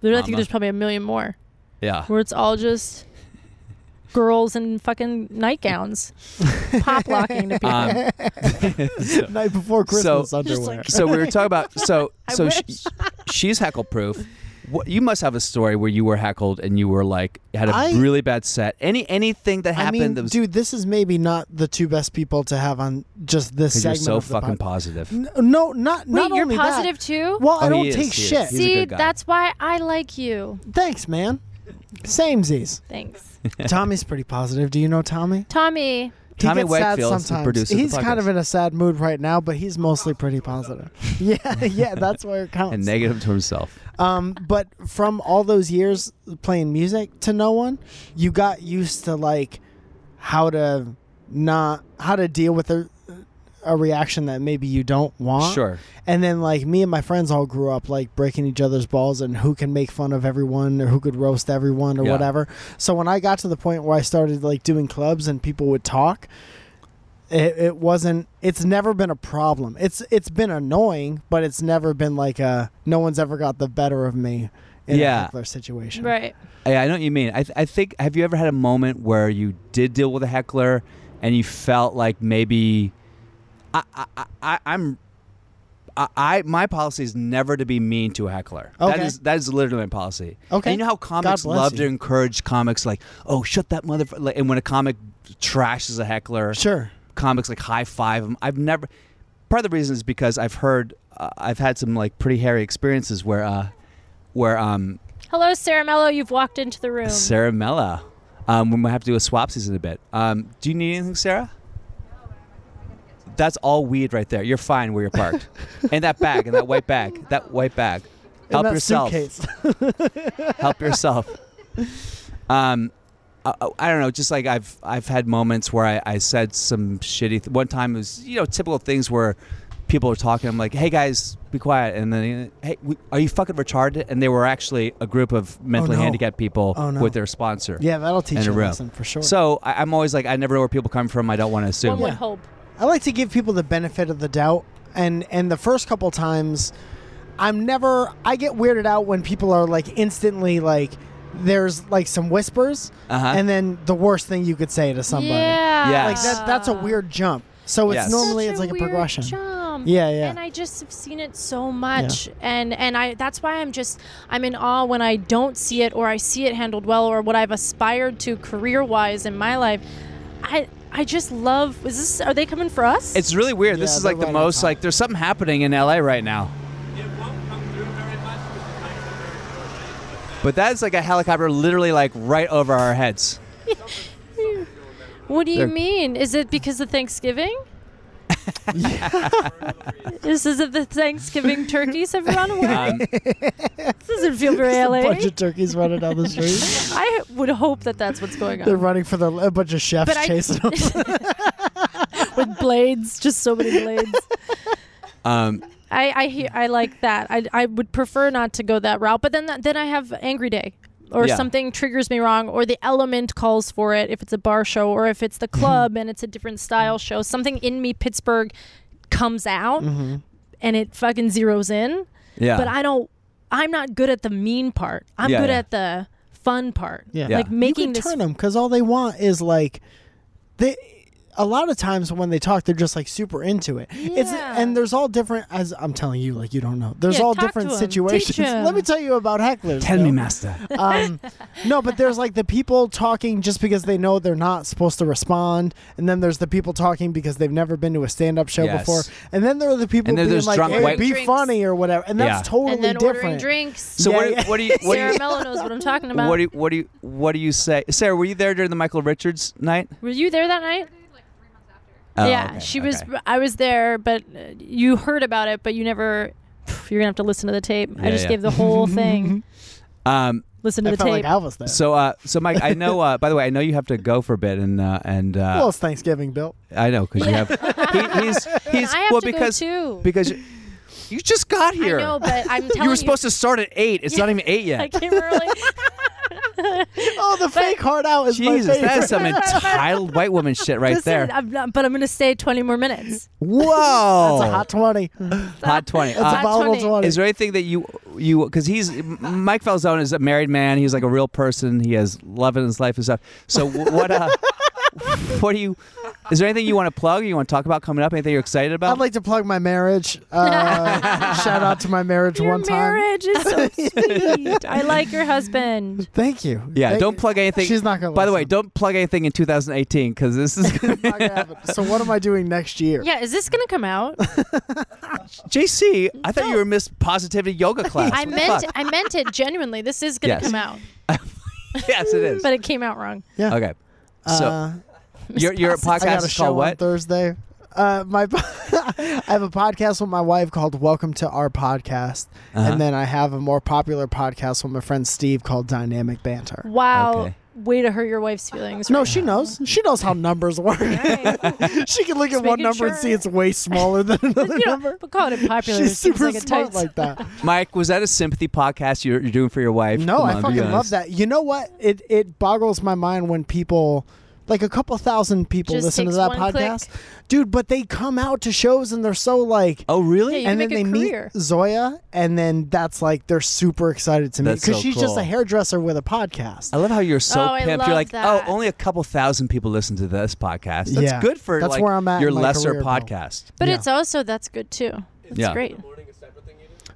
There- I
Mama.
think there's probably a million more
yeah.
where it's all just girls in fucking nightgowns, pop locking to people.
Um,
Night before Christmas
So-
underwear.
so we were talking about so
I
so
wish.
she, she's heckle proof. What, you must have a story where you were heckled and you were like had a
I-
really bad set. Any anything that
I
happened
mean,
that was
dude, this is maybe not the two best people to have on just this
'cause you're
segment.
so
of the
fucking
pod-
positive.
N- No, not
Wait,
not
you're
only
positive
that.
too?
Well,
Oh,
I don't
he is,
take
he is.
shit.
He's a
See,
good guy.
that's why I like you.
Thanks, man. Samesies.
Thanks.
Tommy's pretty positive. Do you know Tommy?
Tommy,
He
Tommy
gets sad
Wakefield is the
sometimes.
producer of the
He's kind
podcast.
of in a sad mood right now, but he's mostly pretty positive. yeah, yeah, that's where it counts.
And negative to himself.
Um, but from all those years playing music to no one, you got used to like how to not how to deal with a a reaction that maybe you don't want.
Sure.
And then like me and my friends all grew up like breaking each other's balls and who can make fun of everyone or who could roast everyone or
Yeah.
whatever. So when I got to the point where I started like doing clubs and people would talk, it, it wasn't it's never been a problem it's it's been annoying but it's never been like a no one's ever got the better of me in
Yeah.
a heckler situation
right?
Yeah, I know what you mean. I, th- I think have you ever had a moment where you did deal with a heckler and you felt like maybe I I, I- I I'm I, I my policy is never to be mean to a heckler. That
Okay.
is that is literally my policy.
Okay.
And you know how comics
bless
love
you.
to encourage comics like, "Oh, shut that motherfucker." Like, and when a comic trashes a heckler,
sure
comics like high five them. I've never. Part of the reason is because I've heard uh, I've had some like pretty hairy experiences where uh where um
Hello, Sarah Mello. You've walked into the room.
Sarah Mella. Um, we might have to do a swap season in a bit. Um, do you need anything, Sarah? That's all weed right there. You're fine where you're parked. and that bag, and that white bag, that white bag. Help
In that
yourself.
suitcase.
Help yourself. Um, I, I- I don't know. Just like I've I've had moments where I, I said some shitty. Th- one time it was you know typical things where people are talking. I'm like, hey guys, be quiet. And then hey, we, are you fucking retarded? And they were actually a group of mentally
Oh, no.
handicapped people
Oh, no.
with their sponsor.
yeah that'll teach
And
you
a
a
room.
lesson for sure
So I, I'm always like, I never know where people come from. I don't want to assume.
One would hope.
I like to give people the benefit of the doubt, and and the first couple times, I'm never. I get weirded out when people are like instantly like, there's like some whispers,
Uh-huh.
and then the worst thing you could say to somebody.
Yeah.
Yeah.
Like that, that's a weird jump. So it's
Yes.
normally
such
it's
a
like a
weird
progression.
jump.
Yeah, yeah.
And I just have seen it so much, and and I that's why I'm just I'm in awe when I don't see it or I see it handled well or what I've aspired to career wise in my life. I I just love. Is this are they coming for us?
It's really weird. this
Yeah,
is
they're
like the
right on
most
top.
like there's something happening in LA right now. But that's like a helicopter literally like right over our heads.
what do you
they're-
mean? Is it because of Thanksgiving? this is it the Thanksgiving turkeys have run away.
Um,
this doesn't feel very
a
LA.
bunch of turkeys running down the street.
I would hope that that's what's going on.
They're running for the a bunch of chefs
I-
chasing them.
with blades, just so many blades.
um,
I I, hear, I like that. I, I would prefer not to go that route, but then that, then I have angry day or
Yeah.
something triggers me wrong or the element calls for it if it's a bar show or if it's the
Mm-hmm.
club and it's a different style show. Something in me Pittsburgh comes out and it fucking zeroes in.
Mm-hmm. yeah.
But I don't I'm not good at the mean part. I'm
Yeah,
good
yeah.
at the fun part.
Yeah.
Yeah.
Like
You
you
making
can
this
turn them because all they want is like they a lot of times when they talk they're just like super into it it's
Yeah.
and there's all different as i'm telling you like you don't know there's
Yeah,
all
talk
different
to 'em. Teach
situations
'em.
let me tell you about hecklers
Tell me,
though.
master.
um, no but there's like the people talking just because they know they're not supposed to respond and then there's the people talking because they've never been to a stand-up show
Yes.
before and then there are the people
And then
being
there's
like
drunk
hey,
white-
be
Drinks.
funny or whatever and that's
Yeah.
totally
and then
different
ordering drinks.
So
Yeah,
what, do,
yeah.
what do you what do
Sarah
you
Mello knows what I'm talking about.
what do you, what do you what do you say, Sarah? Were you there during the Michael Richards night?
Were you there that night?
Oh,
yeah,
okay,
she was.
okay.
I was there, but uh, you heard about it, but you never. You're gonna have to listen to the tape. I
Yeah,
just
yeah.
gave the whole thing.
Um,
Listen to
i
the
felt
tape.
like alva's there
so uh, so Mike, I know. Uh, by the way, I know you have to go for a bit, and uh, and uh,
well it's thanksgiving bill
I know because
Yeah.
you have he, he's he's
I have
well
to
because
go too.
because you, you just got
I
here.
know, but I'm telling
you were supposed to start at eight. It's not even eight yet.
I came early.
oh the fake heart out is my
Jesus,
favorite.
that's some entitled white woman shit right
Listen,
there.
I'm not, but I'm gonna stay 20 more minutes.
Whoa,
It's a hot 20.
Oh. Mm-hmm. Hot twenty.
It's
Uh,
a volatile
20.
20.
is there anything that you you because he's M- Mike Falzone is a married man. He's like a real person. He has love in his life and stuff. So w- what uh, what do you? Is there anything you want to plug? Or you want to talk about coming up? Anything you're excited about?
I'd like to plug my marriage. Uh, shout out to my marriage
Your
one time.
marriage is so sweet. I like your husband.
Thank you.
yeah,
Thank
don't
you.
plug anything.
She's not gonna
By the way,
listen.
don't plug anything in 2018 because this is
Not gonna happen. so what am I doing next year?
Yeah, is this gonna come out?
JC. I thought you were Miss Positivity Yoga class.
I
What the
meant
fuck?
I meant it genuinely. This is gonna
Yes.
come out,
yes, it is.
but it came out wrong.
Yeah.
okay, so
Uh,
your your
I got
podcast
a
is
show
called
on
what?
Thursday. Uh, my I have a podcast with my wife called Welcome to Our Podcast,
Uh-huh.
and then I have a more popular podcast with my friend Steve called Dynamic Banter.
Wow,
Okay.
way to hurt your wife's feelings.
No, she knows. She knows how numbers work. she can look at one
making
number and
sure.
see it's way smaller than another
you know,
number.
but call it popular.
She's
seems
super
like a
smart
tight
like that.
Mike, was that a sympathy podcast you're, you're doing for your wife?
No,
Come
I
on, be
fucking love
honest.
that. You know what? It it boggles my mind when people like a couple thousand people
Just
listen to
takes
that
one click.
podcast. Dude, but they come out to shows and they're so like
Oh, really?
Yeah, you
and then
can
they
make a career.
meet Zoya and then that's like they're super excited to meet
That's
cuz
so
she's just
cool. Uh,
a hairdresser with a podcast.
I love how you're so
Oh, I
pimped.
love
You're like,
that.
oh, only a couple thousand people listen to this podcast. That's
Yeah.
good for
That's
like,
where I'm at
your
in my
lesser
career, Bill.
podcast.
But
Yeah.
it's also that's good too. That's
Yeah.
great.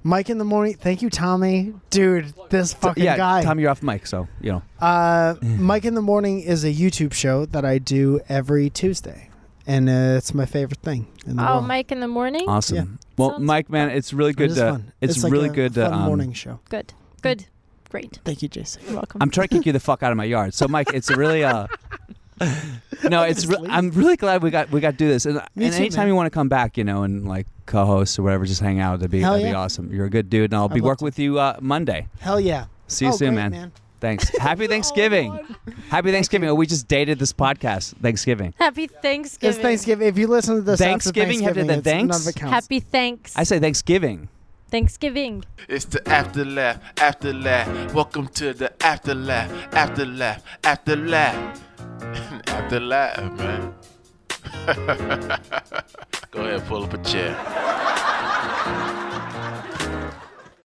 Mike in the morning. Thank you Tommy. Dude, this fucking
yeah,
guy.
Tom, you're off mic, so you know.
Uh, Mike in the Morning is a YouTube show that I do every Tuesday, and uh, it's my favorite thing in the
Oh,
world.
Mike in the morning.
Awesome.
Yeah.
Well,
Sounds
Mike, man, it's really
It
good.
is
to,
fun.
It's,
like
really
a
good.
Fun
to, um,
morning show.
Good. Good. Great.
Thank you, Jason.
You're welcome.
mm. I'm trying to kick you the fuck out of my yard. So, Mike, it's really. Uh, no, it's. Re- I'm really glad we got we got to do this. And,
Me
and
too,
anytime
man.
you want to come back, you know, and like co-host or whatever, just hang out. That'd be
Hell
that'd be
yeah.
awesome. You're a good dude, and I'll be
love
working with you uh, Monday.
Hell yeah.
See you
Oh,
soon,
great, Oh,
man. Thanks. Happy Thanksgiving. Happy Thanksgiving. Oh, we just dated this podcast. Thanksgiving.
Happy Thanksgiving.
It's Thanksgiving. If you listen to this after
Thanksgiving, have to
Thanksgiving,
the
it's
thanks?
none of it counts.
Happy thanks.
I say Thanksgiving.
Thanksgiving.
It's the afterlife, afterlife. Welcome to the afterlife, afterlife, afterlife. afterlife, man. Go ahead, pull up a chair.